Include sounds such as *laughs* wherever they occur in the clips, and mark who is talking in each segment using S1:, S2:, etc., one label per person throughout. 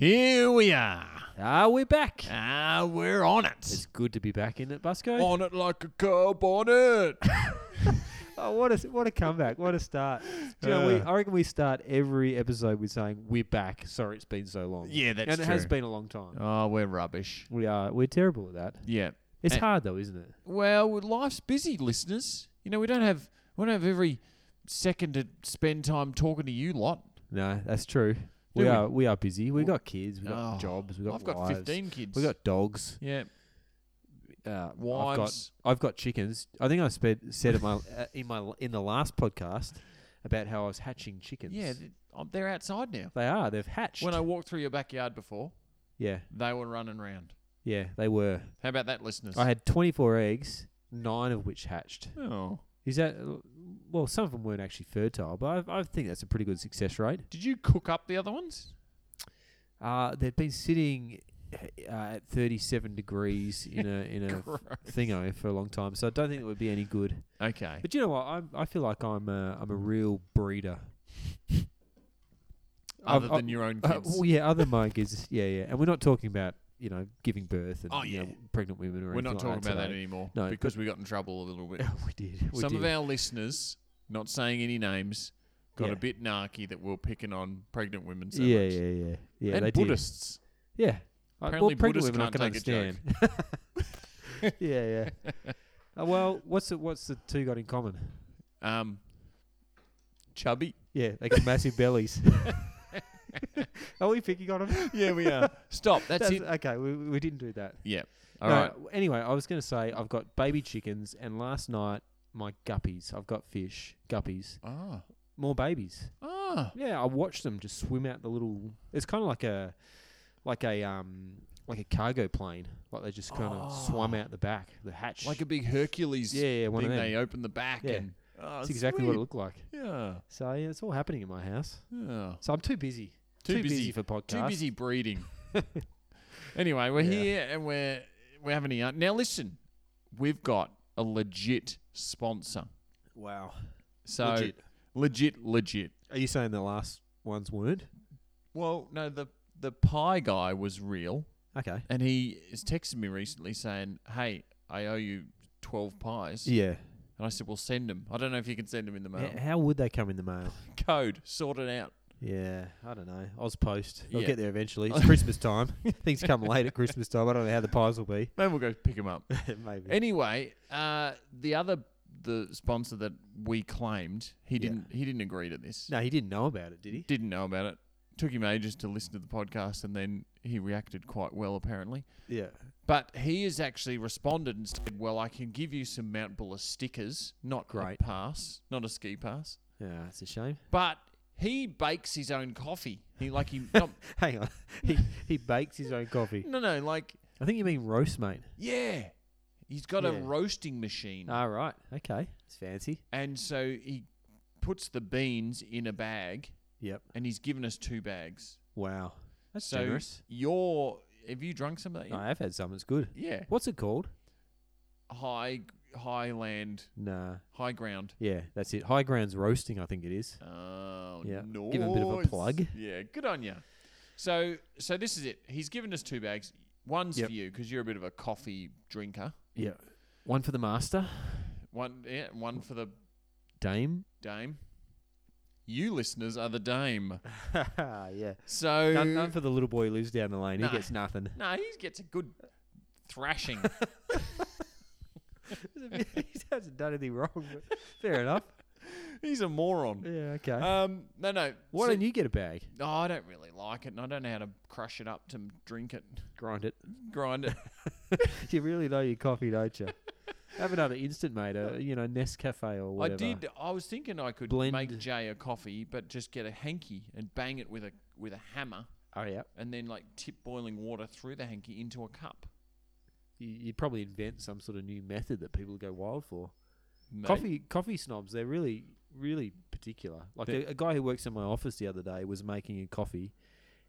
S1: we are.
S2: Ah, we're back.
S1: Ah, we're on it.
S2: It's good to be back in it, Busco.
S1: on it like a curb on it.
S2: Oh, what a what a comeback! What
S1: *laughs*
S2: a start! Do you know,
S1: Uh.
S2: we, I reckon we start every episode with saying we're back. Sorry, it's been so long.
S1: Yeah, that's
S2: and it has
S1: true.
S2: been a long time.
S1: *laughs* oh, we're rubbish.
S2: We are we're terrible at that.
S1: Yeah.
S2: It's
S1: And-
S2: hard though, isn't it?
S1: Well, life's busy, listeners. You know, we don't have we don't have every second to spend time talking to you lot.
S2: No, that's true. We,
S1: Do we?
S2: are we are busy. We got kids. We got
S1: Oh,
S2: jobs. We got
S1: I've got
S2: wives,
S1: 15 kids.
S2: We got dogs.
S1: yeah,
S2: Uh, I've got
S1: wives.
S2: I've got chickens. I think I sped, said in my *laughs* uh, in my in the last podcast about how I was hatching chickens.
S1: yeah, th- um, they're outside now.
S2: they are. They've hatched.
S1: When I walked through your backyard before,
S2: yeah,
S1: they were running round.
S2: yeah, they were.
S1: How about that, listeners?
S2: I had 24 eggs, nine of which hatched.
S1: oh.
S2: Is that well? Some of them weren't actually fertile, but I, I think that's a pretty good success rate.
S1: Did you cook up the other ones?
S2: Uh, they've been sitting uh, at
S1: *laughs*
S2: 37 degrees in a in a
S1: Gross.
S2: thingo for a long time, so I don't think it would be any good.
S1: Okay.
S2: But you know what? I'm, I feel like I'm a, I'm a real breeder.
S1: *laughs*
S2: I've-
S1: Other
S2: I've-
S1: than your own
S2: Uh,
S1: kids.
S2: well, yeah, other Mike is *laughs* yeah, yeah, and we're not talking about you know giving birth and
S1: Oh,
S2: you know,
S1: yeah.
S2: pregnant women or
S1: We're not
S2: anything
S1: talking
S2: like
S1: about that
S2: today.
S1: anymore
S2: No,
S1: because we got in trouble a little bit.
S2: we did. *laughs* We
S1: Some of
S2: did.
S1: our listeners, not saying any names, got
S2: Yeah.
S1: a bit narky that we are picking on pregnant women so
S2: yeah,
S1: much.
S2: yeah, yeah, yeah.
S1: and
S2: they did.
S1: Buddhists.
S2: Yeah. I-
S1: Apparently
S2: pregnant
S1: Buddhists
S2: women
S1: can't
S2: I
S1: take a
S2: can understand.
S1: *laughs*
S2: *laughs* yeah, yeah. Uh, well, what's the, what's the two got in common?
S1: Um, chubby.
S2: *laughs* Yeah, they got massive bellies. *laughs* Are we picking on them?
S1: Yeah, we
S2: *laughs*
S1: are. Stop. That's, it.
S2: Okay, we, we didn't do that.
S1: Yeah. All
S2: No,
S1: right.
S2: Anyway, I was going to say I've got baby chickens, and last night my guppies. I've got fish guppies,
S1: Ah.
S2: more babies.
S1: Ah.
S2: Yeah, I watched them just swim out the little. It's kind of like a, like a um, like a cargo plane. Like they just kind of swam
S1: Oh.
S2: out the back, the hatch.
S1: Like a big Hercules
S2: Yeah, yeah, one of
S1: thing.
S2: them.
S1: They open the back
S2: Yeah.
S1: and. Oh,
S2: That's exactly what it
S1: sweet.
S2: looked like.
S1: Yeah.
S2: So yeah, it's all happening in my house.
S1: yeah.
S2: So I'm too busy.
S1: Too busy.
S2: for podcasts.
S1: Too busy *laughs* breeding. anyway, we're
S2: Yeah.
S1: here and we're we're having a yarn. Now listen, we've got a legit sponsor.
S2: Wow.
S1: So
S2: Legit.
S1: legit, legit.
S2: Are you saying the last ones weren't?
S1: Well, no, the the pie guy was real,
S2: Okay.
S1: and he has texted me recently saying, "Hey, I owe you twelve pies,"
S2: Yeah.
S1: and I said, "Well, send them." I don't know if you can send them in the mail.
S2: H- How would they come in the mail?
S1: *laughs* Code, sort it out.
S2: Yeah, I don't know. Ozpost. They'll
S1: Yeah.
S2: get there *laughs* eventually. It's Christmas time. Things come late at Christmas time. I don't know how the pies will be.
S1: Then we'll go pick them up.
S2: *laughs* Maybe.
S1: Anyway, uh, the other the sponsor that we claimed, he
S2: Yeah.
S1: didn't he didn't agree to this.
S2: no, he didn't know about it, did he?
S1: Didn't know about it. Took him ages to listen to the podcast, and then he reacted quite well apparently.
S2: Yeah.
S1: But he has actually responded and said, "Well, I can give you some Mount Buller stickers, not
S2: Great.
S1: a pass, not a ski pass,
S2: Yeah, Ah, it's a *laughs* shame.
S1: but." He bakes his own coffee. He like he
S2: *laughs*
S1: not,
S2: Hang on. he he bakes his own coffee.
S1: no no like
S2: I think you mean roast, mate.
S1: yeah. He's got a
S2: Yeah. Uh,
S1: roasting machine.
S2: All Ah, right. Okay. It's fancy.
S1: And so he puts the beans in a bag
S2: Yep.
S1: and he's given us two bags.
S2: Wow. That's
S1: so
S2: generous.
S1: Your have you drunk some of that? yet?
S2: I have had some. It's good.
S1: Yeah.
S2: What's it called?
S1: High highland,
S2: Nah.
S1: high ground.
S2: Yeah, that's it. High Grounds Roasting, I think it is.
S1: Oh,
S2: Yeah.
S1: nice.
S2: Give him a bit of a plug.
S1: Yeah, good on you. So so this is it. He's given us two bags. One's
S2: Yep.
S1: for you because you're a bit of a coffee drinker.
S2: Yeah. One for the master,
S1: One yeah, one for the
S2: Dame.
S1: dame. You listeners are the dame.
S2: *laughs* yeah.
S1: So
S2: None, none for the little boy who lives down the lane.
S1: Nah.
S2: He gets nothing.
S1: no, he gets a good thrashing.
S2: *laughs* he hasn't done anything wrong, *laughs* but fair enough. Uh,
S1: He's a moron.
S2: Yeah, okay.
S1: Um, no, no.
S2: Why
S1: so-
S2: don't you get a bag?
S1: Oh, I don't really like it, and I don't know how to crush it up to m- drink it,
S2: Grind it.
S1: grind it.
S2: *laughs* You really know your coffee, don't *laughs* you? Have another instant, mate. A, you know, Nescafe or
S1: I
S2: whatever.
S1: did. I was thinking I could
S2: Blend.
S1: make Jay a coffee, but just get a hanky and bang it with a with a hammer,
S2: Oh, yeah.
S1: and then like tip boiling water through the hanky into a cup.
S2: You, you'd probably invent some sort of new method that people would go wild for.
S1: Mate,
S2: Coffee coffee snobs, they're really, really particular. Like
S1: They-
S2: a, a guy who works in my office the other day was making a coffee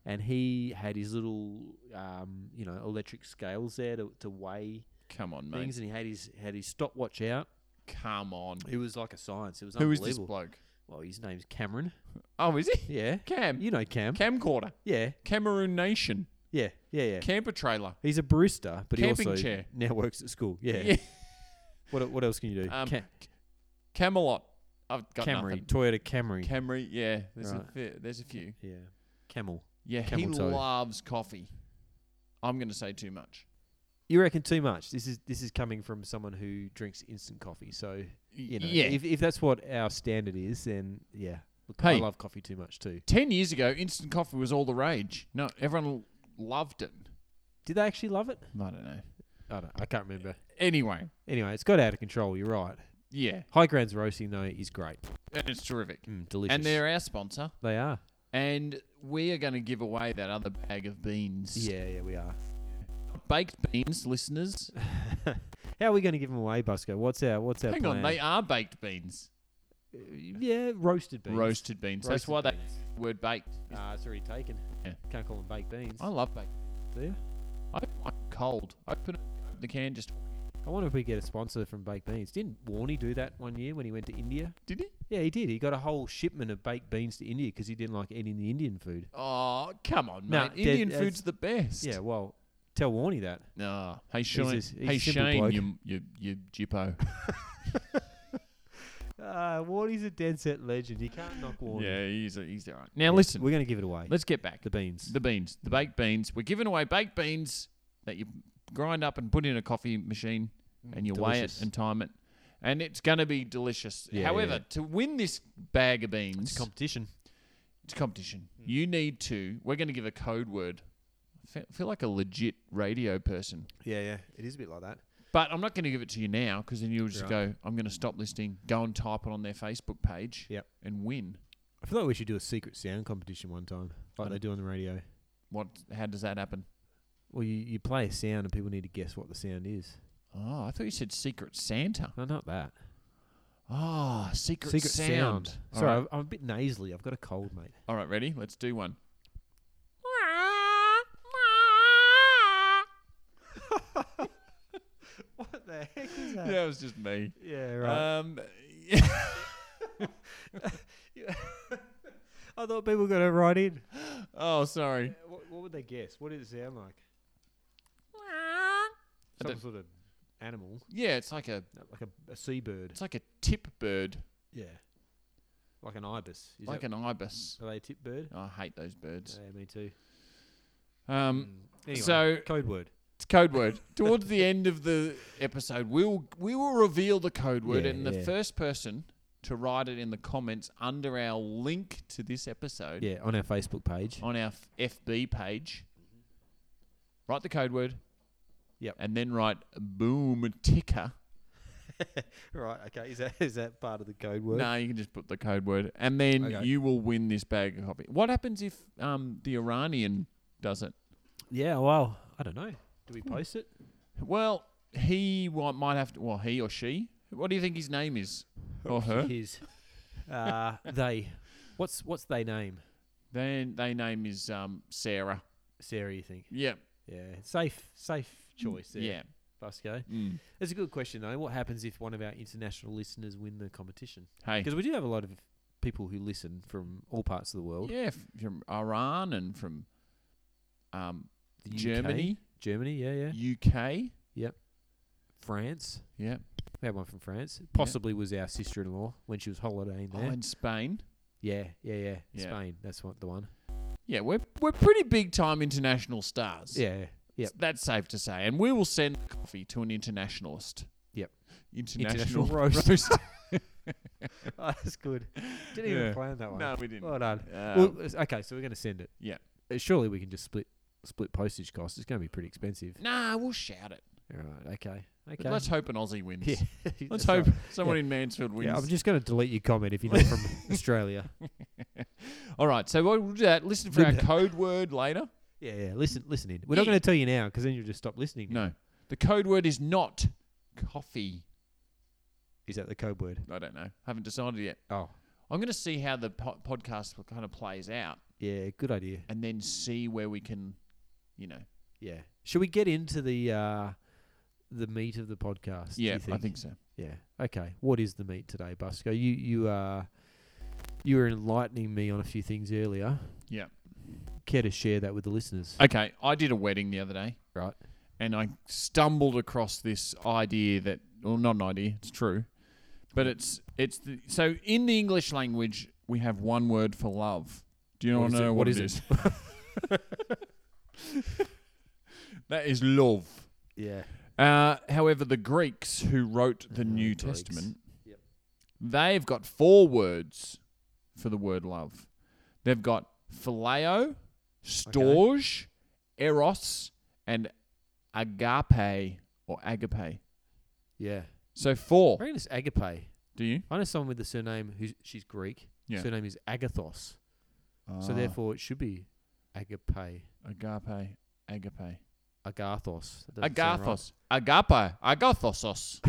S2: and he had his little, um, you know, electric scales there to, to weigh
S1: Come on, mate.
S2: things and he had his had his stopwatch out.
S1: Come on.
S2: It was like a science. It was
S1: Who is
S2: unbelievable.
S1: this bloke?
S2: Well, his name's Cameron.
S1: Oh, is he
S2: Yeah.
S1: Cam?
S2: You know Cam.
S1: Camcorder.
S2: Yeah.
S1: Cameroon Nation.
S2: Yeah, yeah, yeah.
S1: Camper trailer.
S2: He's a barista, but
S1: Camping
S2: he also
S1: chair.
S2: *laughs* now works at school. Yeah.
S1: Yeah.
S2: What what else can you do?
S1: Um,
S2: Ca-
S1: Camelot. I've got
S2: Camry,
S1: nothing.
S2: Toyota Camry.
S1: Camry. Yeah. There's a
S2: Right.
S1: few, there's a few.
S2: yeah. Camel.
S1: Yeah. he
S2: Camel toe.
S1: loves coffee. I'm going to say too much.
S2: You reckon too much. This is this is coming from someone who drinks instant coffee. So you know,
S1: yeah.
S2: if if that's what our standard is, then yeah. Look, I
S1: Hey.
S2: love coffee too much too.
S1: Ten years ago, instant coffee was all the rage. No, everyone l- loved it.
S2: Did they actually love it?
S1: I don't know.
S2: I don't. I can't remember.
S1: Anyway,
S2: Anyway, it's got out of control. You're right.
S1: yeah,
S2: High Grounds Roasting though is great.
S1: and it's terrific.
S2: Mm, delicious.
S1: And they're our sponsor,
S2: they are.
S1: and we are going to give away that other bag of beans.
S2: Yeah, yeah, we are.
S1: baked beans, listeners.
S2: How are we going to give them away, Busco? What's our what's our
S1: Hang
S2: plan?
S1: on, they are baked beans,
S2: Uh, Yeah, roasted beans.
S1: roasted beans. That's
S2: Roasted
S1: why
S2: beans.
S1: they word baked.
S2: Ah, it's already taken.
S1: Yeah. Oh.
S2: Can't call them baked beans.
S1: I love baked.
S2: Do you?
S1: I don't like cold. Open it, open the can. Just
S2: I wonder if we get a sponsor from baked beans. Didn't Warney do that one year when he went to India?
S1: did he?
S2: Yeah, he did. He got a whole shipment of baked beans to India because he didn't like eating the Indian food.
S1: Oh, come on,
S2: No,
S1: mate.
S2: did-
S1: Indian
S2: that's-
S1: food's the best.
S2: Yeah, well, tell Warney that.
S1: No. Hey Shane.
S2: just- he's
S1: hey
S2: a simple
S1: Shane.
S2: bloke.
S1: You you you jippo.
S2: Uh, Warney's a dead set legend. You can't knock Warney.
S1: yeah, he's a, he's all right. Now listen,
S2: We're going to give it away.
S1: let's get back
S2: the beans.
S1: the beans, the baked beans. We're giving away baked beans that you grind up and put in a coffee machine, and you weigh
S2: Mm. delicious.
S1: it and time it, and it's going to be delicious.
S2: Yeah,
S1: However,
S2: yeah.
S1: to win this bag of beans,
S2: It's Hmm. competition.
S1: it's a competition. You need to. We're going to give a code word. I fe- feel like a legit radio person,
S2: Yeah, yeah. It is a bit like that.
S1: but I'm not going to give it to you now because then you'll just
S2: Right.
S1: go. I'm going to stop listening. Go and type it on their Facebook page.
S2: Yep.
S1: and win.
S2: I feel like we should do a secret sound competition one time, like they do on the radio.
S1: What? How does that happen?
S2: Well, you, you play a sound and people need to guess what the sound is.
S1: Oh, I thought you said Secret Santa.
S2: No, not that.
S1: Ah, Secret,
S2: Secret
S1: Sound.
S2: sound.
S1: All
S2: Sorry,
S1: right.
S2: I'm- I'm a bit nasally. I've got a cold, *laughs* mate.
S1: All right, ready? Let's do one.
S2: What the heck is that?
S1: Yeah,
S2: Yeah, Uh,
S1: it was just me.
S2: right.
S1: Um, *laughs*
S2: I thought people got it right in.
S1: oh, sorry.
S2: What, what would they guess? What did it sound like?
S1: I
S2: Some
S1: don't-
S2: sort of animal,
S1: Yeah, it's like a
S2: like a, a seabird.
S1: it's like a tip bird,
S2: Yeah. Like an ibis. Is
S1: like
S2: that,
S1: an ibis. Oh,
S2: are they a tip bird?
S1: I hate those birds.
S2: Yeah, me too.
S1: Um,
S2: Mm. Anyway,
S1: so-
S2: code word.
S1: it's code word. Towards the end of the episode, we'll we will reveal the code word,
S2: Yeah,
S1: and the
S2: yeah.
S1: first person to write it in the comments under our link to this episode
S2: Yeah, on our Facebook page.
S1: on our f- FB page. Write the code word.
S2: Yep.
S1: And then write boom ticker.
S2: *laughs* Right. Okay. Is that is that part of the code word?
S1: No, you can just put the code word. And then
S2: Okay.
S1: you will win this bag of coffee. What happens if um, the Iranian does it?
S2: Yeah. Well, I don't know. Do we post it?
S1: Well, he wa- might have to, well, he or she. What do you think his name
S2: *laughs*
S1: is? Or her?
S2: His. Uh, they. What's what's they name?
S1: Then they name is um, Sarah.
S2: Sarah, you think?
S1: Yeah.
S2: Yeah. Safe safe choice there.
S1: Yeah.
S2: Busco.
S1: Mm.
S2: That's a good question though. What happens if one of our international listeners win the competition?
S1: Hey.
S2: Because we do have a lot of people who listen from all parts of the world.
S1: Yeah, f- from Iran and from um,
S2: The UK,
S1: Germany,
S2: Germany. Yeah, yeah.
S1: UK.
S2: France.
S1: Yeah.
S2: We had one from France. Possibly was our sister-in-law when she was holidaying
S1: Oh,
S2: there.
S1: and Spain.
S2: yeah, yeah, yeah,
S1: Yeah.
S2: Spain. That's what the one.
S1: Yeah, we're we're pretty big time international stars.
S2: Yeah. *laughs* Yep.
S1: That's safe to say. And we will send the coffee to an internationalist.
S2: Yep.
S1: International,
S2: International
S1: roast.
S2: roast.
S1: *laughs*
S2: oh, that's good. Didn't
S1: Yeah.
S2: even plan that one.
S1: no, we didn't.
S2: Oh, Well done.
S1: Uh,
S2: well, it's- okay, so we're going to send it.
S1: yeah.
S2: Uh, Surely we can just split split postage costs. It's going to be pretty expensive.
S1: nah, we'll shout it.
S2: All right. Okay.
S1: But
S2: Okay.
S1: Let's
S2: *laughs*
S1: hope an Aussie wins.
S2: Yeah,
S1: Let's
S2: that's right.
S1: hope someone in Mansfield wins.
S2: Yeah, I'm just going to delete your comment if you're
S1: *laughs*
S2: not from Australia.
S1: All right, so we'll do that. Listen for
S2: Do *laughs*
S1: our
S2: that.
S1: code word later.
S2: Yeah, yeah. Listen, listen in. We're not
S1: Yeah.
S2: going to tell you now because then you'll just stop listening.
S1: No, the code word is not coffee.
S2: Is that the code word?
S1: I don't know. Haven't decided yet.
S2: Oh,
S1: I'm going to see how the po- podcast kind of plays out,
S2: yeah. Good idea.
S1: and then see where we can, you know.
S2: Yeah. Should we get into the uh, the meat of the podcast? do
S1: Yeah,
S2: you
S1: I think so.
S2: Yeah. Okay. What is the meat today, Busco? You you uh you were enlightening me on a few things earlier.
S1: Yeah.
S2: care to share that with the listeners?
S1: Okay, I did a wedding the other day.
S2: Right.
S1: And I stumbled across this idea that, well, not an idea, it's true, but it's it's the, so in the English language we have one word for love. Do you
S2: What
S1: want
S2: is
S1: to
S2: it?
S1: know
S2: What
S1: what,
S2: is
S1: it is? *laughs* that is love.
S2: Yeah.
S1: Uh, however, the Greeks who wrote the
S2: Uh,
S1: New
S2: Greeks.
S1: Testament,
S2: Yep.
S1: they've got four words for the word love. They've got phileo, storge, eros, and agape or agape.
S2: Yeah.
S1: So
S2: I
S1: four.
S2: reckon it's Agape.
S1: Do you?
S2: I know someone with the surname who's she's Greek.
S1: Yeah.
S2: Surname is Agathos.
S1: Ah,
S2: So therefore it should be Agape.
S1: agape, agape,
S2: Agathos. That doesn't sound right.
S1: agathos, agape, agathosos.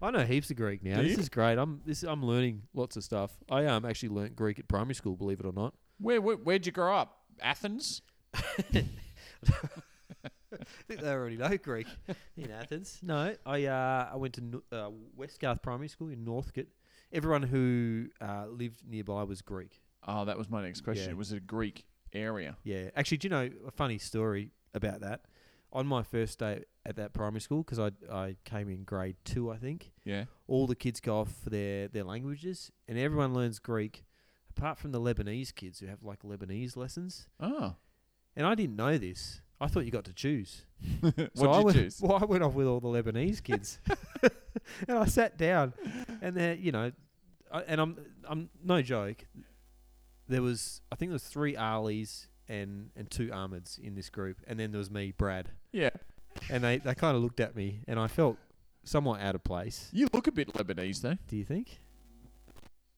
S2: I know heaps of Greek now.
S1: Do
S2: this
S1: you?
S2: is great. I'm this I'm learning lots of stuff. I um actually learnt Greek at primary school, believe it or not.
S1: Where, where where'd you grow up? Athens.
S2: I think they already know Greek *laughs* in Athens. No, I uh, I went to N- uh, Westgarth Primary School in Northcote. Everyone who uh, lived nearby was Greek.
S1: Oh, that was my next question.
S2: Yeah.
S1: It was a Greek area.
S2: Yeah. Actually, do you know a funny story about that? On my first day at that primary school, because I I came in grade two, I think.
S1: Yeah.
S2: All the kids go off for their their languages, and everyone learns Greek, apart from the Lebanese kids who have like Lebanese lessons.
S1: Oh.
S2: And I didn't know this. I thought you got to choose.
S1: *laughs* what
S2: I
S1: you
S2: went,
S1: choose?
S2: *laughs* Well, I went off with all the Lebanese kids, *laughs* and I sat down, and there, you know, I, and I'm, I'm no joke. There was, I think, there was three Arlies and and two Ahmeds in this group, and then there was me, Brad,
S1: Yeah.
S2: and they they kind of looked at me, and I felt somewhat out of place.
S1: You look a bit Lebanese, though.
S2: Do you think?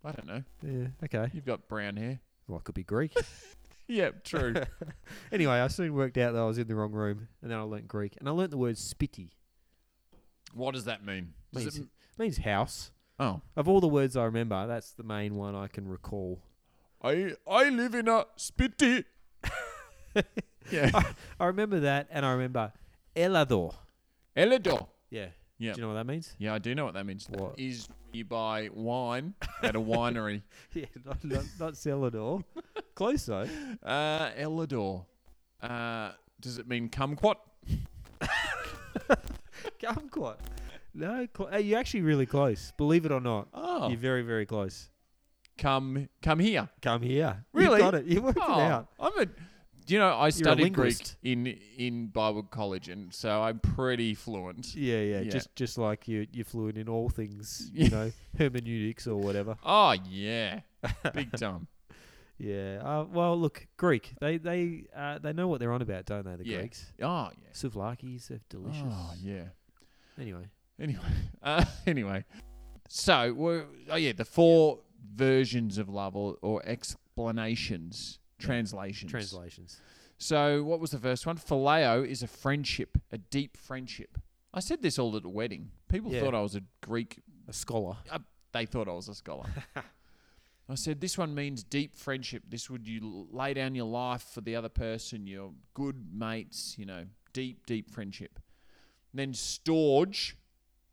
S1: I don't know.
S2: Yeah. Okay.
S1: You've got brown hair.
S2: Well, I could be Greek. *laughs*
S1: Yeah, *laughs* true.
S2: anyway, I soon worked out that I was in the wrong room, and then I learnt Greek, and I learnt the word spitty.
S1: what does that mean? Does
S2: Means,
S1: it-
S2: means house.
S1: oh.
S2: Of all the words I remember, that's the main one I can recall.
S1: I I live in a spitty. *laughs* yeah. *laughs*
S2: I remember that, and I remember Elador.
S1: Elador.
S2: Yeah.
S1: Yeah.
S2: Do you know what
S1: *laughs*
S2: that means? *laughs*
S1: Yeah, I do know what that means.
S2: What?
S1: That is you buy wine at a *laughs* winery.
S2: yeah, not, not, not Celador.
S1: *laughs*
S2: Close though.
S1: uh, Elador. Uh, does it mean kumquat?
S2: Kumquat. No, cl- uh, you're actually really close. Believe it or not,
S1: Oh.
S2: you're very, very close.
S1: come come here.
S2: Come here.
S1: Really?
S2: You got it. You worked
S1: Oh,
S2: it out.
S1: I'm a. You know, I studied Greek
S2: linguist.
S1: in in Bible college, and so I'm pretty fluent.
S2: Yeah, yeah,
S1: Yeah.
S2: Just, just like you, you're fluent in
S1: *laughs*
S2: all things, you know, hermeneutics or whatever.
S1: Oh yeah, big
S2: *laughs*
S1: time.
S2: Yeah. Uh, well, look, Greek. They, they, uh, they know what they're on about, don't they? The
S1: Yeah.
S2: Greeks.
S1: Oh yeah,
S2: Souvlaki's are delicious.
S1: Oh yeah.
S2: Anyway,
S1: Anyway, uh, *laughs* anyway. So we're oh yeah, the four versions of love or, or explanations, translations.
S2: translations.
S1: So what was the first one? Phileo is a friendship, a deep friendship. I said this all at a wedding. People
S2: Yeah.
S1: thought I was a Greek
S2: A scholar.
S1: they thought I was a
S2: *laughs*
S1: scholar. I said, This one means deep friendship. This would you l- lay down your life for the other person, your good mates, you know, deep, deep friendship. And then Storge,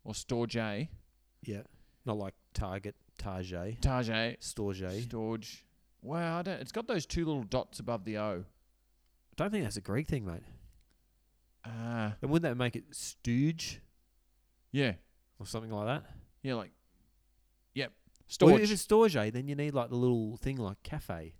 S1: or Storge,
S2: Yeah. Not like Target, Target,
S1: Targe,
S2: Storge.
S1: Storge. Wow, I don't, it's got those two little dots above the O.
S2: don't think that's a Greek thing, mate.
S1: Ah,
S2: And wouldn't that make it stooge
S1: yeah,
S2: or something like that?
S1: yeah, like, yep,
S2: Well, if
S1: Storge.
S2: it's Storge, then you need like the little thing like cafe.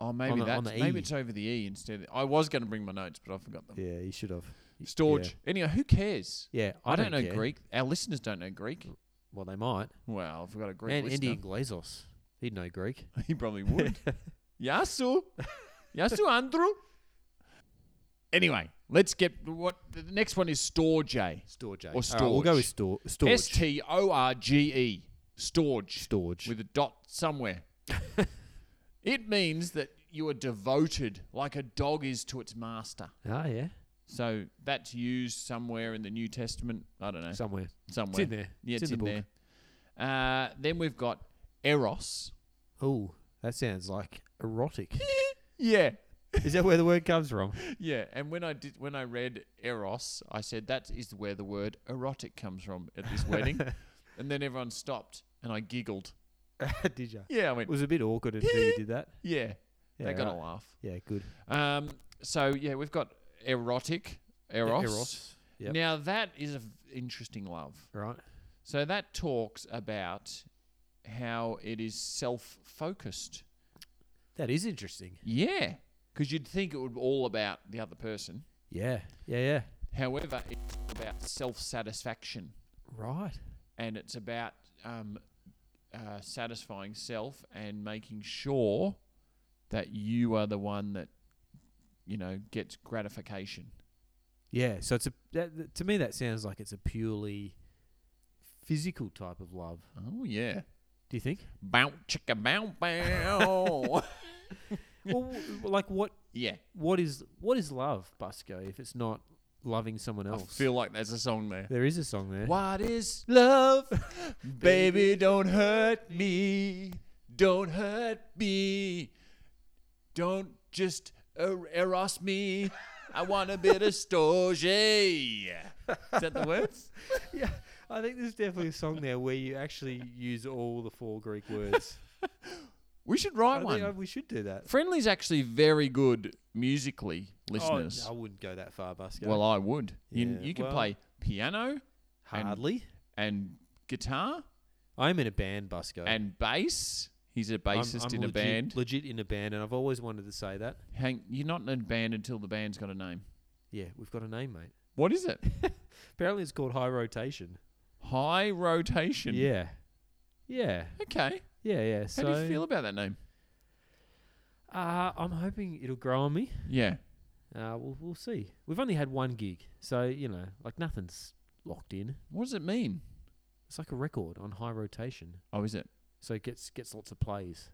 S1: Oh, maybe
S2: the-
S1: that's
S2: on the
S1: maybe
S2: E.
S1: it's over the E instead. I was going to bring my notes, but I forgot them.
S2: Yeah, you should have.
S1: Storge. Anyhow, who cares?
S2: Yeah,
S1: I, don't, know
S2: care.
S1: Greek. Our listeners don't know Greek.
S2: Well, they might.
S1: Well, if we've got a Greek
S2: And
S1: listener,
S2: Andy Glazos, he'd know Greek.
S1: *laughs* he probably would.
S2: *laughs*
S1: Yasu, Yasu Andrew. Anyway, let's get what the next one is. Storge
S2: Storge.
S1: Or
S2: Alright, we'll go with
S1: storge.
S2: stor- Storge.
S1: S T O R G E. Storge
S2: storge.
S1: with a dot
S2: *laughs*
S1: somewhere. it means that you are devoted, like a dog is to its master.
S2: ah, yeah.
S1: So that's used somewhere in the New Testament. I don't know
S2: Somewhere. It's
S1: somewhere.
S2: in there.
S1: Yeah, it's,
S2: it's
S1: in,
S2: in the
S1: there. Uh, then we've got eros.
S2: Oh, that sounds like erotic.
S1: *laughs* Yeah,
S2: Is that where the word comes from?
S1: yeah. And when I did, when I read eros, I said that is where the word erotic comes from at *laughs* this
S2: *laughs*
S1: wedding. and then everyone stopped, and I giggled.
S2: Did you?
S1: Yeah, I
S2: It
S1: went.
S2: was a bit awkward until you did that.
S1: Yeah, They're gonna
S2: right.
S1: laugh.
S2: Yeah, good.
S1: Um, so yeah, we've got erotic, E-, eros.
S2: Eros, yep.
S1: Now that is an interesting love.
S2: Right.
S1: So that talks about how it is self-focused.
S2: That is interesting.
S1: Yeah, because you'd think it would be all about the other person.
S2: Yeah. Yeah, yeah.
S1: However, it's about self-satisfaction,
S2: Right.
S1: and it's about um, uh, satisfying self and making sure that you are the one that you know gets gratification.
S2: Yeah, so it's a that, that- to me that sounds like it's a purely physical type of love.
S1: Oh yeah.
S2: Do
S1: *laughs*
S2: you think?
S1: Bow chicka bow *laughs* bow.
S2: well, w- like what
S1: yeah,
S2: what is what is love, Busco? If it's not loving someone
S1: I
S2: else,
S1: feel like there's a song there.
S2: there is a song there.
S1: What is love? Baby, don't hurt me. Don't hurt me. Don't just er- eros me. I want a bit of storge. Is that the words?
S2: *laughs* Yeah, I think there's definitely a song there where you actually use all the
S1: *laughs*
S2: four Greek words.
S1: We should
S2: I
S1: write
S2: think
S1: one.
S2: I- we should do that.
S1: Friendly's actually very good musically, listeners.
S2: Oh, I wouldn't go that far, Busco.
S1: Well, I would. You,
S2: Yeah,
S1: you can
S2: well-
S1: play piano
S2: hardly.
S1: and guitar
S2: I'm in a band, Busco.
S1: and bass. He's a
S2: I'm-
S1: bassist
S2: I'm
S1: in a
S2: legit-
S1: band.
S2: Legit in a band, and I've always wanted to say that.
S1: Hank, you're not in a band until the band's got a name.
S2: Yeah, we've got a name, mate.
S1: What is it?
S2: Apparently, it's called High Rotation.
S1: High Rotation.
S2: Yeah. Yeah.
S1: Okay.
S2: Yeah, yeah.
S1: How
S2: So
S1: do you feel about that name?
S2: Uh, I'm hoping it'll grow on me.
S1: Yeah.
S2: Uh, we'll, we'll see. We've only had one gig, so you know, like nothing's locked in.
S1: What does it mean?
S2: It's like a record on high rotation,
S1: Oh, is it?
S2: so it gets gets lots of plays.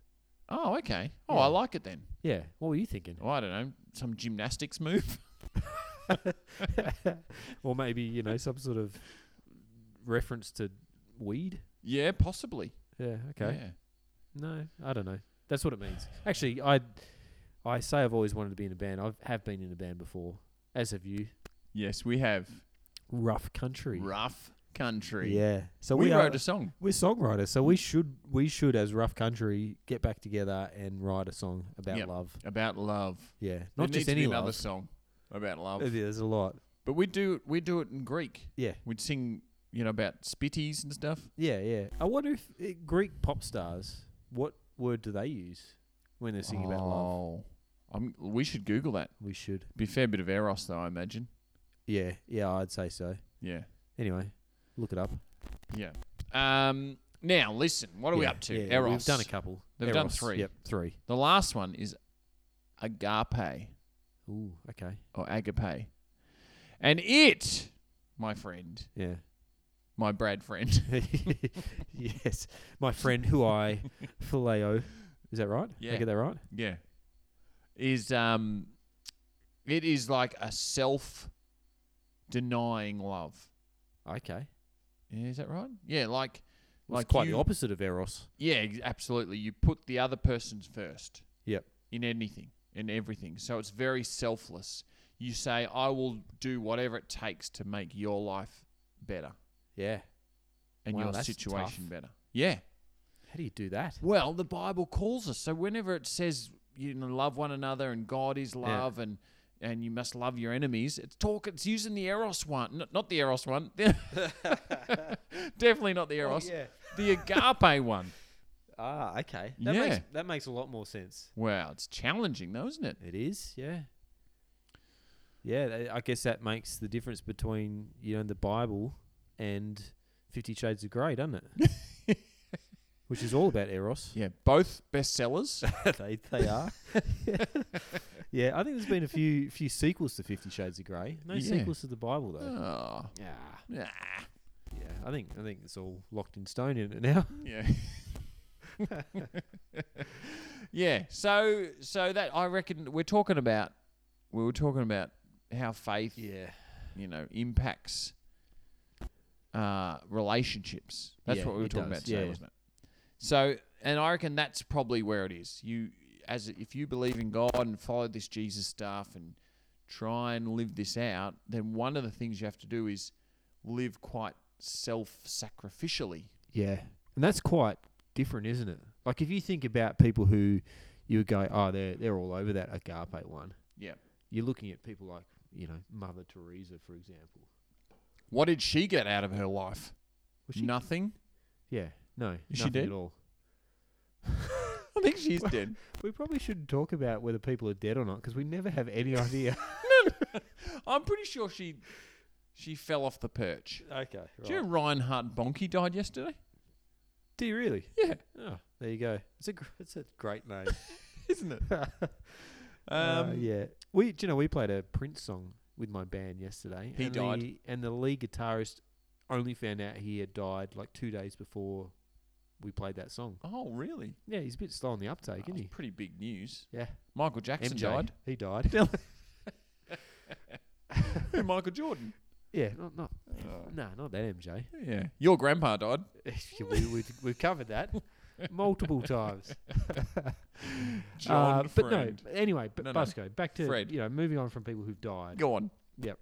S1: Oh, okay. Oh,
S2: Yeah.
S1: I like it then.
S2: Yeah. What were you thinking?
S1: Oh, I don't know. Some gymnastics move.
S2: *laughs*
S1: *laughs*
S2: or maybe you know some sort of reference to weed.
S1: yeah, possibly.
S2: Yeah. Okay.
S1: Yeah.
S2: No, I don't know. That's what it means. Actually, I I say I've always wanted to be in a band. I have been in a band before, as have you.
S1: Yes, we have
S2: Rough country.
S1: Rough Country.
S2: Yeah. So
S1: we,
S2: we,
S1: wrote
S2: are,
S1: a song.
S2: we're songwriters, so we should we should as Rough Country get back together and write a song about
S1: Yep.
S2: love.
S1: about love. There
S2: Yeah, not
S1: needs
S2: just
S1: to be
S2: any
S1: another
S2: love.
S1: song about love.
S2: Uh, There's a lot.
S1: But we do we do it in Greek.
S2: Yeah.
S1: We'd sing, you know, about spitties and stuff.
S2: Yeah, yeah. I wonder if uh, Greek pop stars, what word do they use when they're singing about love?
S1: Oh. I'm, we should Google that.
S2: We should.
S1: Be a fair bit of Eros, though, I imagine.
S2: Yeah, yeah, I'd say so.
S1: Yeah.
S2: Anyway, look it up.
S1: Yeah. Um, now, listen, what are we
S2: Yeah,
S1: up to?
S2: yeah,
S1: Eros.
S2: We've done a couple.
S1: They've done
S2: Eros,
S1: three.
S2: Yep, three.
S1: the last one is agape
S2: Ooh, okay.
S1: or agape. And it, my friend, *laughs*
S2: Yeah. *laughs*
S1: my Brad friend. *laughs*
S2: yes, my friend who I
S1: *laughs*
S2: phileo. Is that right? Did
S1: Yeah.
S2: I get that right?
S1: yeah. Is um it is like a self denying love.
S2: Okay.
S1: Yeah, is that right? Yeah, like
S2: Well,
S1: like
S2: it's quite
S1: you,
S2: the opposite of Eros.
S1: Yeah, ex- absolutely. You put the other person's first.
S2: Yep.
S1: In anything, in everything. So it's very selfless. You say, I will do whatever it takes to make your life better
S2: Yeah.
S1: and
S2: Wow,
S1: your
S2: that's
S1: situation
S2: tough.
S1: better. Yeah.
S2: How do you do that?
S1: Well, the Bible calls us. So whenever it says, you know, love one another and God is love and and you must love your enemies. It's talk. It's using the eros one, N- not the eros
S2: *laughs*
S1: one. *laughs* Definitely not the eros.
S2: Oh, yeah.
S1: The agape one.
S2: Ah, okay.
S1: That makes- Yeah.
S2: that makes a lot more sense.
S1: Wow, it's challenging though, isn't it?
S2: It is, yeah. Yeah, tha- I guess that makes the difference between you know the Bible and Fifty Shades of Grey, doesn't it?
S1: *laughs*
S2: Which is all about Eros.
S1: Yeah, both bestsellers.
S2: they they are. *laughs* yeah, I think there's been a few few sequels to Fifty Shades of Grey. No
S1: Yeah.
S2: sequels to the Bible though.
S1: oh,
S2: Yeah.
S1: ah,
S2: Yeah, I think I think it's all locked in stone in
S1: *laughs*
S2: it now.
S1: yeah. yeah, so so that I reckon we're talking about we were talking about how faith,
S2: Yeah.
S1: you know, impacts uh relationships. That's
S2: Yeah,
S1: what we were
S2: it
S1: talking
S2: does,
S1: about today,
S2: yeah.
S1: wasn't it? So, and I reckon that's probably where it is. You as if you believe in God and follow this Jesus stuff and try and live this out, then one of the things you have to do is live quite self-sacrificially.
S2: Yeah. And that's quite different, isn't it? Like if you think about people who, you would go, oh, they're they're all over that agape one.
S1: Yeah.
S2: You're looking at people like you know Mother Teresa, for example.
S1: What did she get out of her life?
S2: Was she- *laughs*
S1: Nothing.
S2: Yeah, no,
S1: Is she
S2: nothing
S1: dead?
S2: at all.
S1: *laughs* I think she's dead.
S2: We probably should talk about whether people are dead or not because we never have *laughs* any idea.
S1: I'm pretty sure she she fell off the perch.
S2: okay, right.
S1: Do you know Reinhard Bonnke died yesterday?
S2: Do you really?
S1: Yeah,
S2: Oh, there you go. It's a gr- it's a great *laughs* name.
S1: isn't it?
S2: *laughs* Uh,
S1: Um,
S2: yeah. We do you know we played a Prince song with my band yesterday.
S1: He
S2: and
S1: died.
S2: The, and the lead guitarist only found out he had died like two days before we played that song.
S1: Oh, really?
S2: Yeah, he's a bit slow on the
S1: That
S2: uptake,
S1: was
S2: isn't he?
S1: pretty big news.
S2: Yeah.
S1: Michael Jackson died.
S2: He *laughs* died.
S1: *laughs* Who, Michael Jordan.
S2: yeah, not not
S1: Oh.
S2: no, not that *laughs* MJ.
S1: Yeah, your grandpa died.
S2: we, we've, we've covered *laughs* that multiple times.
S1: John
S2: Uh, but
S1: Friend.
S2: no, anyway, but
S1: No, no.
S2: Busco, back to
S1: Fred.
S2: you know, moving on from people who've died.
S1: Go on.
S2: the,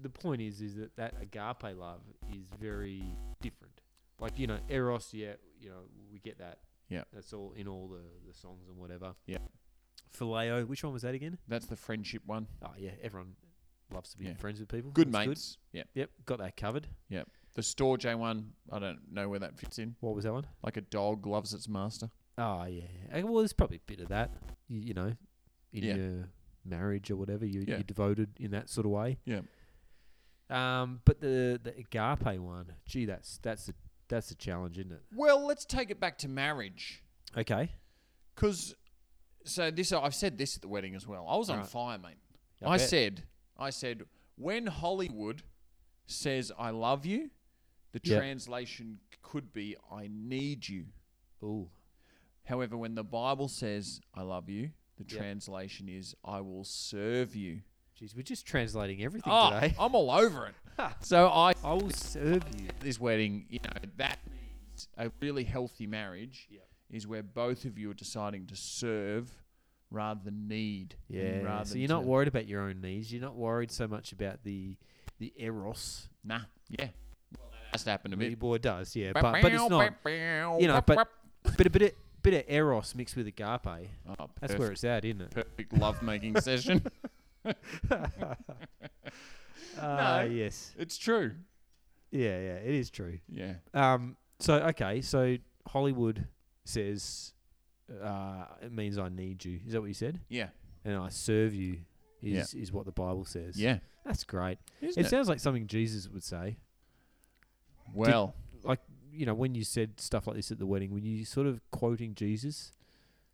S2: the point is is that that agape love is very different. Like you know, eros, yeah, you know, we get that.
S1: Yeah.
S2: that's all in all the, the songs and whatever.
S1: Yeah.
S2: phileo. Which one was that again?
S1: That's the friendship one.
S2: Oh yeah, everyone loves to be
S1: Yeah.
S2: friends with people.
S1: Good
S2: That's
S1: mates. Yeah.
S2: Yep, got that covered.
S1: The Storge one, I don't know where that fits in.
S2: What was that one?
S1: Like a dog loves its master.
S2: Oh yeah. Uh, Well, there's probably a bit of that. You, you know, in
S1: Yeah.
S2: your marriage or whatever, you,
S1: Yeah.
S2: you're devoted in that sort of way.
S1: Yeah.
S2: Um, but the the agape one, gee, that's that's a that's a challenge, isn't it?
S1: Well, let's take it back to marriage.
S2: Okay.
S1: Because, so this, I've said this at the wedding as well. I was on
S2: Right.
S1: fire, mate.
S2: I
S1: I
S2: bet.
S1: said, I said, when Hollywood says I love you, the
S2: Yeah.
S1: translation could be I need you.
S2: Ooh.
S1: However, when the Bible says I love you, the
S2: Yeah.
S1: translation is I will serve you.
S2: Jeez, we're just translating everything
S1: Oh, *laughs*
S2: today.
S1: I'm all over
S2: *laughs*
S1: it. so I
S2: I will serve you.
S1: this wedding, you know, that means a really healthy marriage
S2: Yep.
S1: is where both of you are deciding to serve rather than need. and
S2: Yeah.
S1: Rather
S2: so
S1: than
S2: you're not
S1: to-
S2: worried about your own needs. You're not worried so much about the the eros.
S1: Nah. Yeah. Well, that has to happen to me.
S2: Your boy does, yeah. But, but it's not. You know, but but a bit of, bit of eros mixed with agape.
S1: Oh,
S2: That's
S1: perfect,
S2: where it's at, isn't it?
S1: perfect love
S2: *laughs*
S1: making session.
S2: Ah,
S1: No.
S2: yes.
S1: It's true.
S2: Yeah, yeah. It is true.
S1: Yeah.
S2: Um. So okay. So Hollywood says uh, it means I need you. Is that what you said?
S1: Yeah.
S2: And I serve you.
S1: Yeah.
S2: Is is what the Bible says.
S1: Yeah.
S2: That's great.
S1: Isn't
S2: It
S1: it?
S2: sounds like something Jesus would say.
S1: Well,
S2: Like, you know, when you said stuff like this at the wedding, were you sort of quoting Jesus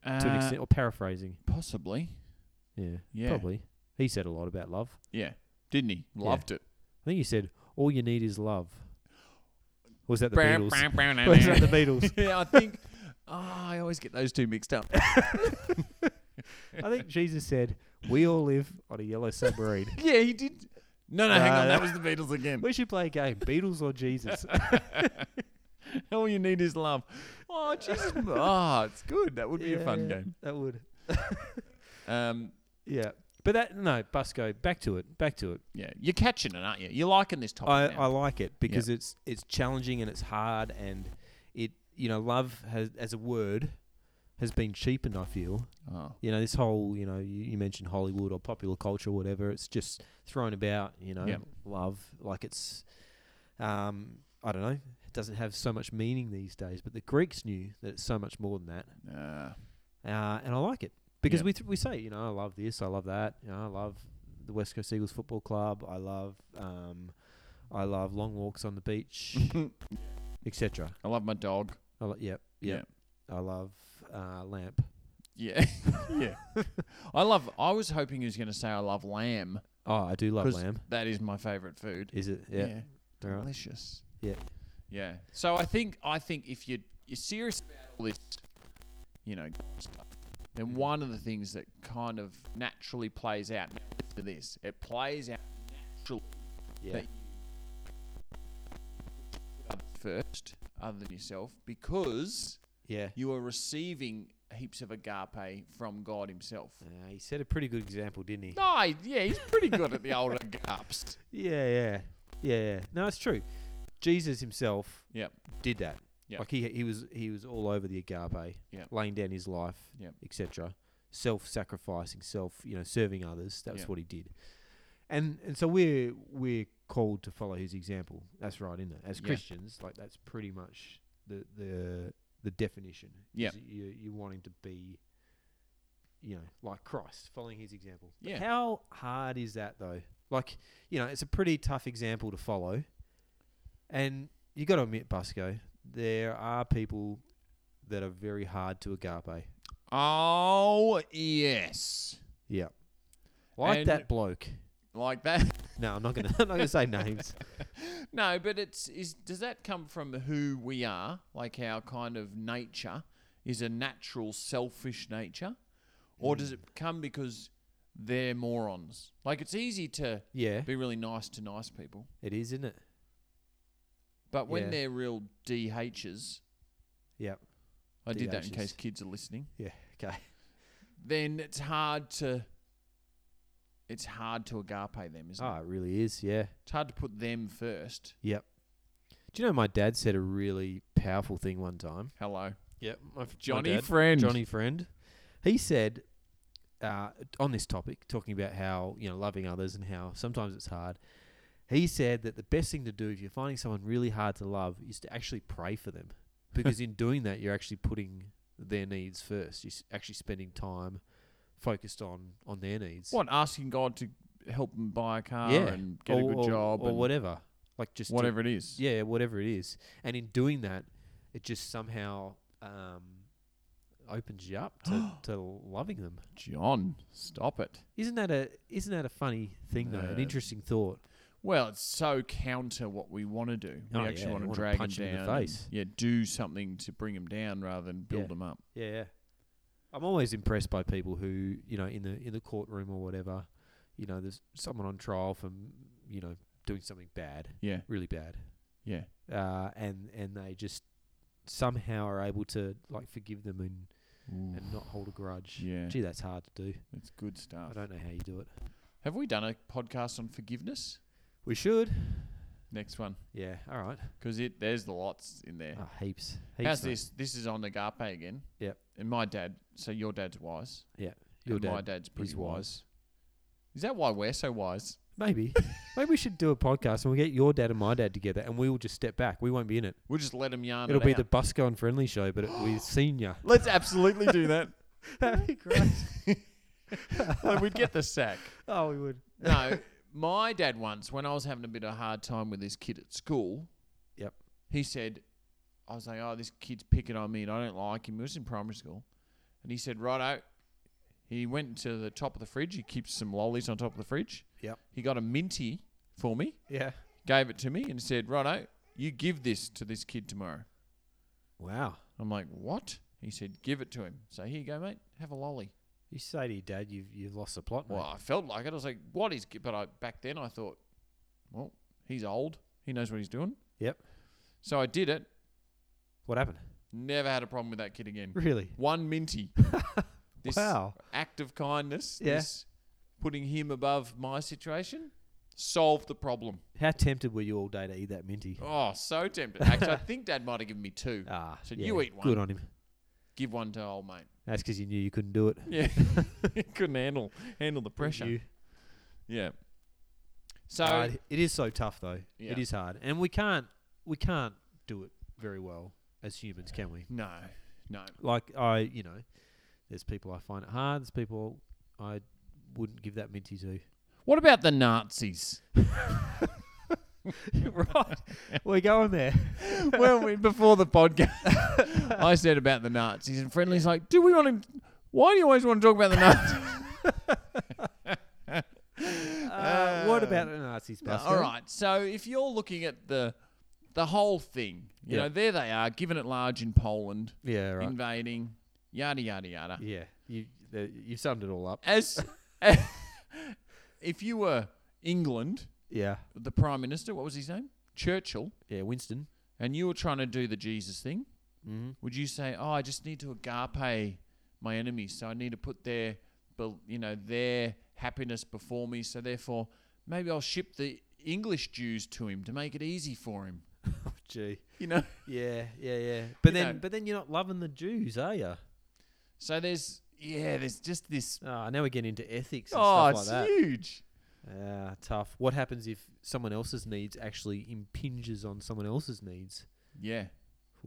S2: to an
S1: uh,
S2: extent or paraphrasing?
S1: possibly.
S2: Yeah,
S1: Yeah.
S2: Probably. He said a lot about love.
S1: Yeah. Didn't he? Loved it.
S2: I think he said, all you need is love. Or Was that the Beatles? *laughs* Was that the
S1: *laughs* yeah,
S2: Beatles?
S1: I think. Oh, I always get those two mixed
S2: *laughs*
S1: up.
S2: I think Jesus said, we all live on a yellow submarine.
S1: Yeah, he did. No, no, hang
S2: Uh,
S1: on.
S2: *laughs*
S1: That was the Beatles again. *laughs*
S2: we should play a game, Beatles or Jesus.
S1: All you need is love. Oh,
S2: *laughs*
S1: Jesus. Ah, it's good. That would be a
S2: Yeah,
S1: fun
S2: yeah,
S1: game.
S2: That would.
S1: Um,
S2: Yeah. But that, no, Busco, back to it, back to it.
S1: yeah, you're catching it, aren't you? You're liking this topic
S2: I,
S1: now.
S2: I like it because it's it's challenging and it's hard and it you know love has as a word has been cheapened. I feel
S1: oh,
S2: you know this whole you know you, you mentioned Hollywood or popular culture or whatever. It's just thrown about you know
S1: Yep.
S2: love like it's um I don't know it doesn't have so much meaning these days. But the Greeks knew that it's so much more than that,
S1: uh,
S2: uh, and I like it because
S1: Yep.
S2: we th- we say you know I love this, I love that, you know I love the West Coast Eagles football club, I love um, I love long walks on
S1: *laughs*
S2: the beach, etc.
S1: I love my dog.
S2: I lo- yep, yep. I love uh, lamp.
S1: Yeah. *laughs*
S2: *laughs*
S1: yeah. I love, I was hoping he was going to say I love lamb.
S2: Oh, I do love
S1: 'Cause
S2: lamb.
S1: That is my favorite food.
S2: Is it? Yeah. all right.
S1: delicious.
S2: Yeah.
S1: yeah. So I think I think if you you're serious about all this, you know, stuff, then one of the things that kind of naturally plays out to this, it plays out naturally
S2: Yeah.
S1: that you put others first other than yourself because
S2: Yeah.
S1: you are receiving heaps of agape from God Himself.
S2: Uh, he set a pretty good example, didn't *laughs* he?
S1: No, yeah, he's pretty good at the old agaps.
S2: Yeah, yeah, yeah, yeah. No, it's true. Jesus himself
S1: Yep.
S2: did that.
S1: Yeah.
S2: Like he he was he was all over the agape,
S1: Yeah.
S2: laying down his life,
S1: Yeah.
S2: etc. Self-sacrificing, self you know serving others. That's
S1: Yeah.
S2: what he did. And and so we're we're called to follow his example. That's right, isn't it? As
S1: Yeah.
S2: Christians, like that's pretty much the the the definition.
S1: Yeah.
S2: is you you're wanting to be, you know, like Christ, following his example. But
S1: Yeah.
S2: How hard is that though? Like you know, it's a pretty tough example to follow. And you got to admit, Busco, there are people that are very hard to agape.
S1: Oh yes,
S2: Yeah. Like
S1: And-
S2: that bloke.
S1: like that.
S2: No, I'm not gonna. *laughs* I'm not gonna say names.
S1: No, but it's is does that come from who we are, like our kind of nature is a natural selfish nature, or
S2: Hmm.
S1: does it come because they're morons? Like it's easy to
S2: Yeah,
S1: be really nice to nice people,
S2: it is, isn't it?
S1: but when
S2: Yeah.
S1: they're real DHs,
S2: Yep.
S1: I did that in
S2: DHs.
S1: case kids are listening,
S2: Yeah. Okay.
S1: then it's hard to it's hard to agape them, isn't it?
S2: Oh, it really is. Yeah.
S1: It's hard to put them first.
S2: Do you know my dad said a really powerful thing one time?
S1: Hello,
S2: Yep. My,
S1: Johnny friend.
S2: Johnny Friend. He said uh, on this topic, talking about how you know loving others and how sometimes it's hard. He said that the best thing to do if you're finding someone really hard to love is to actually pray
S1: *laughs*
S2: for them, because in doing that you're actually putting their needs first. You're s- actually spending time focused on on their needs.
S1: What asking God to help them buy a car
S2: Yeah.
S1: and get a
S2: Or-
S1: good
S2: or-
S1: job
S2: or
S1: and
S2: whatever. Like just to-
S1: whatever it is.
S2: yeah, whatever it is. And in doing that, it just somehow um, opens you up *gasps* to, to loving them.
S1: John, stop it.
S2: Isn't that a isn't that a funny thing though? An
S1: Yeah.
S2: interesting thought.
S1: Well, it's so counter what we want to do. We
S2: Oh,
S1: actually
S2: yeah, you
S1: want to
S2: wanna
S1: drag
S2: punch
S1: them
S2: 'em in the
S1: down. and,
S2: face.
S1: yeah, do something to bring them down rather than build
S2: Yeah.
S1: them up.
S2: Yeah. I'm always impressed by people who, you know, in the in the courtroom or whatever, you know, there's someone on trial for, you know, doing something bad,
S1: Yeah,
S2: really bad.
S1: yeah,
S2: Uh, and and they just somehow are able to like forgive them and, and not hold a grudge.
S1: yeah.
S2: Gee, that's hard to do.
S1: It's good
S2: I
S1: stuff.
S2: don't know how you do it.
S1: Have we done a podcast on forgiveness?
S2: We should.
S1: Next one,
S2: Yeah. All right.
S1: because it there's lots in there.
S2: Oh, heaps. heaps
S1: How's
S2: mate.
S1: this? This is on agape again.
S2: Yep.
S1: And my dad. So your dad's wise.
S2: Yeah, your
S1: and my
S2: dad
S1: dad's pretty
S2: wise.
S1: wise. Is that why we're so wise? *laughs*
S2: Maybe. Maybe we should do a podcast and we'll get your dad and my dad together and we will just step back. We won't be in it.
S1: We'll just let them yarn.
S2: It'll
S1: it
S2: be
S1: out.
S2: the Busco and Friendly show, but it,
S1: *gasps*
S2: we're senior.
S1: Let's absolutely do
S2: *laughs*
S1: that.
S2: That'd be great. *laughs*
S1: like we'd get the sack.
S2: oh, we would. *laughs*
S1: No, my dad once, when I was having a bit of a hard time with this kid at school,
S2: Yep.
S1: he said, I was like, oh, this kid's picking on me and I don't like him. He was in primary school. And he said, righto. He went to the top of the fridge. He keeps some lollies on top of the fridge.
S2: Yep.
S1: He got a minty for me,
S2: Yeah.
S1: gave it to me, and said, righto, you give this to this kid tomorrow.
S2: Wow.
S1: I'm like, what? He said, give it to him. So here you go, mate. Have a lolly.
S2: You say to your dad, you've, you've lost the plot, mate.
S1: Well, I felt like it. I was like, "What is?" But I back then I thought, "Well, he's old. He knows what he's doing."
S2: Yep.
S1: So I did it.
S2: What happened?
S1: Never had a problem with that kid again.
S2: Really?
S1: One *laughs* minty. this
S2: wow.
S1: act of kindness.
S2: Yeah.
S1: This putting him above my situation solved the problem.
S2: How tempted were you all day to eat that minty?
S1: Oh, so *laughs* tempted. Actually, I think Dad might have given me two.
S2: Ah,
S1: So
S2: yeah,
S1: you eat one.
S2: Good on him.
S1: Give one to old mate.
S2: That's because you knew you couldn't do it.
S1: *laughs* Yeah. Couldn't handle handle the pressure.
S2: You-
S1: Yeah. So
S2: Uh, it is so tough though.
S1: Yeah.
S2: It is hard, and we can't we can't do it very well as humans, can we?
S1: no, no.
S2: Like I, you know, there's people I find it hard. There's people I wouldn't give that minty to. *laughs*
S1: What about the Nazis?
S2: right, *laughs* we're going there.
S1: well, we, before the podcast, *laughs* I said about the Nazis, and Friendly's like, "Do we want to? Why do you always want to talk *laughs* about the Nazis?"
S2: Uh, what about the Nazis?
S1: No,
S2: Pascal?
S1: all right. So if you're looking at the the whole thing, you
S2: Yeah.
S1: know, there they are, giving it large in Poland,
S2: Yeah, right.
S1: invading, yada yada yada.
S2: Yeah, you the, you summed it all up.
S1: As *laughs* if you were England,
S2: Yeah,
S1: the Prime Minister, what was his name? Churchill,
S2: yeah, Winston.
S1: and you were trying to do the Jesus thing.
S2: *laughs* Mm-hmm.
S1: would you say, oh, I just need to agape my enemies, so I need to put their, bel- you know, their happiness before me, so therefore maybe I'll ship the English Jews to him to make it easy for him.
S2: Oh, gee.
S1: you know.
S2: Yeah, yeah, yeah. But
S1: You
S2: then,
S1: know.
S2: but then you're not loving the Jews, are you?
S1: So there's yeah, there's just this.
S2: Ah, now we're getting into ethics and
S1: Oh,
S2: stuff
S1: it's
S2: like that.
S1: huge.
S2: Ah, tough. What happens if someone else's needs actually impinges on someone else's needs?
S1: Yeah,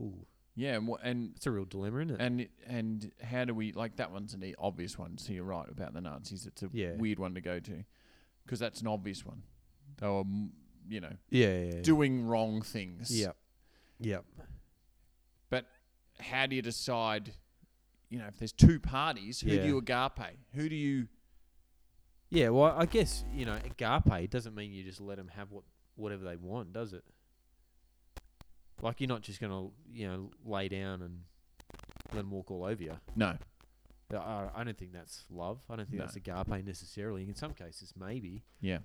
S2: Ooh,
S1: yeah, and wha- and
S2: it's a real dilemma, isn't it?
S1: and and how do we like that one's an e- obvious one. So you're right about the Nazis. It's a
S2: Yeah.
S1: weird one to go to because that's an obvious one. They were, m- you know,
S2: yeah, yeah, yeah.
S1: doing wrong things.
S2: Yep. Yep.
S1: But how do you decide? You know, if there's two parties, who
S2: Yeah.
S1: do you agape? Who do you?
S2: Yeah. Well, I guess you know, agape doesn't mean you just let them have what whatever they want, does it? Like you're not just gonna you know lay down and let 'em walk all over you.
S1: No,
S2: I- I, I don't think that's love. I don't think
S1: No.
S2: that's agape necessarily. In some cases, maybe.
S1: yeah,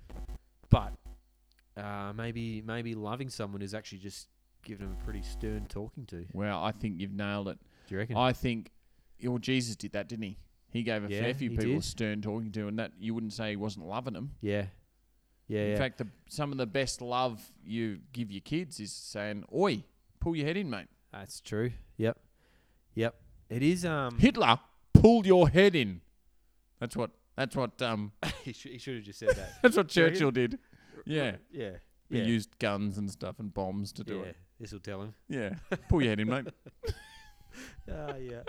S2: But uh, maybe maybe loving someone is actually just giving them a pretty stern talking to. Do
S1: well, I think you've nailed it.
S2: you reckon?
S1: I think, well, Jesus did that, didn't he? He gave a
S2: Yeah,
S1: fair few
S2: he
S1: people
S2: did.
S1: stern talking to, and that you wouldn't say he wasn't loving them.
S2: yeah. Yeah.
S1: in
S2: yeah.
S1: fact, the, some of the best love you give your kids is saying, "Oi, pull your head in, mate."
S2: that's true. Yep. Yep. It is.
S1: *laughs*
S2: Um.
S1: Hitler, pull your head in. That's what. That's what. Um. *laughs*
S2: he, sh- he should have just said that.
S1: That's what
S2: Do you reckon?
S1: Churchill did. *laughs* Yeah.
S2: Yeah.
S1: He
S2: Yeah.
S1: used guns and stuff and bombs to do
S2: yeah.
S1: it.
S2: This
S1: *laughs*
S2: will tell him.
S1: Yeah. Pull your head in, mate.
S2: Ah, yeah.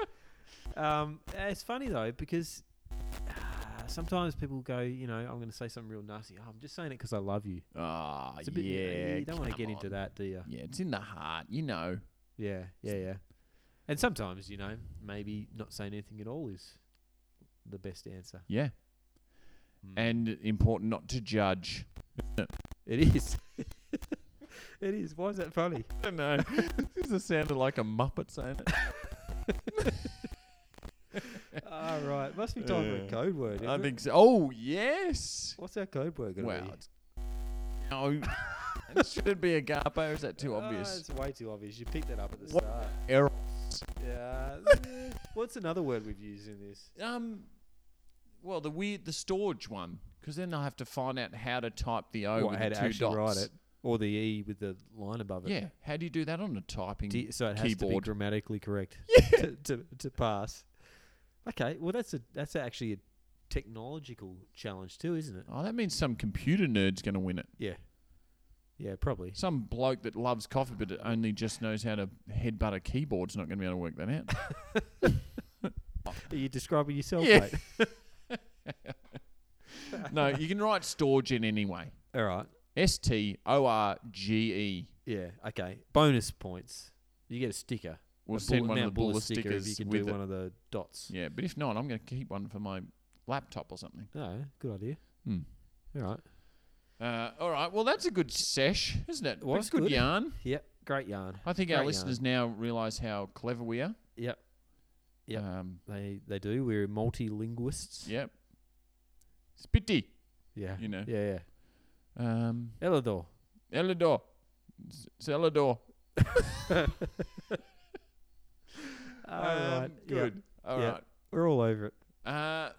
S2: um, eh, it's funny though because uh, sometimes people go, you know, I'm going to say something real nasty. Oh, I'm just saying it because I love you.
S1: Ah,
S2: It's a bit, you-
S1: yeah.
S2: you don't want to
S1: come
S2: get into
S1: on.
S2: that, do you?
S1: Yeah, it's in the heart, you know.
S2: Yeah, yeah, yeah. And sometimes, you know, maybe not saying anything at all is the best answer.
S1: Yeah.
S2: Mm.
S1: And important not to judge.
S2: it is. *laughs* it is. Why is that funny?
S1: I don't
S2: *laughs*
S1: know. *laughs* this sounded like a Muppet saying it.
S2: All right, must be time for a
S1: Yeah.
S2: code word.
S1: I
S2: isn't it?
S1: think so. Oh, yes.
S2: What's our code word going to
S1: Well,
S2: be?
S1: it's- *laughs* no. Should it be agape or is that too
S2: Oh,
S1: obvious?
S2: Ah, it's way too obvious. You picked that up at the
S1: What?
S2: start.
S1: Error.
S2: Yeah. *laughs* What's another word we've used in this?
S1: Um, well, the weird, the storage one, because then they'll have to find out how to type the O with
S2: how
S1: the
S2: to
S1: two
S2: actually
S1: dots.
S2: write it, or the e with the line above it.
S1: Yeah, how do you do that on a typing?
S2: Do you- so it has to be
S1: Keyboard. *laughs*
S2: grammatically correct to, to to pass. Okay, well that's a that's actually a technological challenge too, isn't it?
S1: oh, that means some computer nerd's going to win it.
S2: Yeah, yeah, probably.
S1: Some bloke that loves coffee but it only just knows how to headbutt a keyboard's not going to be able to work that out.
S2: *laughs* Are you describing yourself,
S1: Yeah. *laughs*
S2: mate?
S1: no, you can write storage in anyway.
S2: All right.
S1: S T O R G E.
S2: Yeah. Okay. Bonus points. You get a sticker.
S1: We'll
S2: a
S1: send
S2: bull-
S1: one of
S2: Mount
S1: the buller
S2: Buller sticker
S1: stickers
S2: if you can
S1: with
S2: do
S1: it.
S2: one of the dots.
S1: Yeah, but if not, I'm going to keep one for my laptop or something.
S2: Oh, good idea.
S1: Hmm.
S2: All right.
S1: Uh, all right. Well, that's a good sesh, isn't it?
S2: was
S1: That's good,
S2: good.
S1: yarn.
S2: Yep. Great yarn.
S1: I think
S2: Great
S1: our
S2: yarn.
S1: listeners now realise how clever we are.
S2: Yep. Yep.
S1: Um,
S2: They they do. We're multilinguists.
S1: yep. Spitty,
S2: Yeah.
S1: you know.
S2: Yeah.
S1: Um,
S2: Yeah. Elidor.
S1: Elidor. S- Celador.
S2: All
S1: Um,
S2: right. Yeah.
S1: Good. All right.
S2: Yeah. We're all over it.
S1: Uh,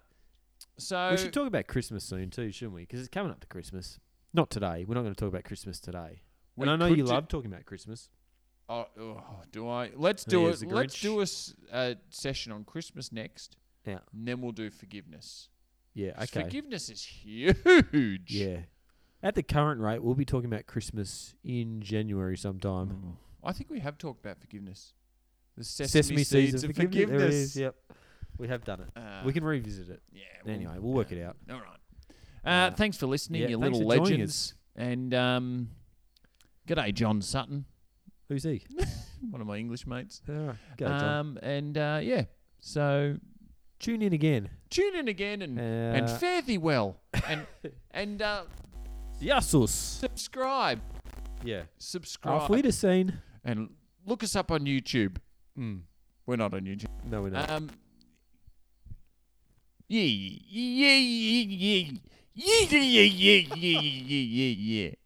S1: so
S2: We should talk about Christmas soon too, shouldn't we? Because it's coming up to Christmas. Not today. We're not going to talk about Christmas today.
S1: we
S2: and I know
S1: could
S2: you
S1: do-
S2: love talking about Christmas.
S1: Oh, oh, do I? Let's do
S2: There's
S1: it.
S2: the
S1: Let's
S2: Grinch.
S1: do a s- a session on Christmas next.
S2: Yeah.
S1: And then we'll do forgiveness.
S2: Yeah.
S1: 'Cause
S2: Okay.
S1: Forgiveness is huge.
S2: Yeah. At the current rate, we'll be talking about Christmas in January sometime.
S1: Oh. I think we have talked about forgiveness. The sesame,
S2: um, Sesame,
S1: seeds,
S2: seeds
S1: of
S2: forgiveness.
S1: forgiveness.
S2: There it is. Yep. We have done it.
S1: Uh,
S2: we can revisit it.
S1: Yeah.
S2: Anyway, we'll work it out.
S1: All right. Uh,
S2: Uh,
S1: thanks for listening,
S2: yeah,
S1: you
S2: thanks
S1: little
S2: for joining
S1: legends. And um, g'day, John Sutton,
S2: Who's he?
S1: one of my English mates.
S2: All right. Go, John.
S1: um, and uh, yeah, so
S2: Tune in again.
S1: tune in again and and
S2: Uh,
S1: fare thee
S2: *laughs*
S1: well, and and uh,
S2: Yasus.
S1: subscribe,
S2: Yeah.
S1: subscribe,
S2: Auf Wiedersehen.
S1: and look us up on YouTube.
S2: Mm.
S1: We're not on YouTube.
S2: No, we're not.
S1: Um. Yeah, yeah, yeah, yeah, yeah, yeah, yeah, yeah, yeah, yeah, yeah, yeah.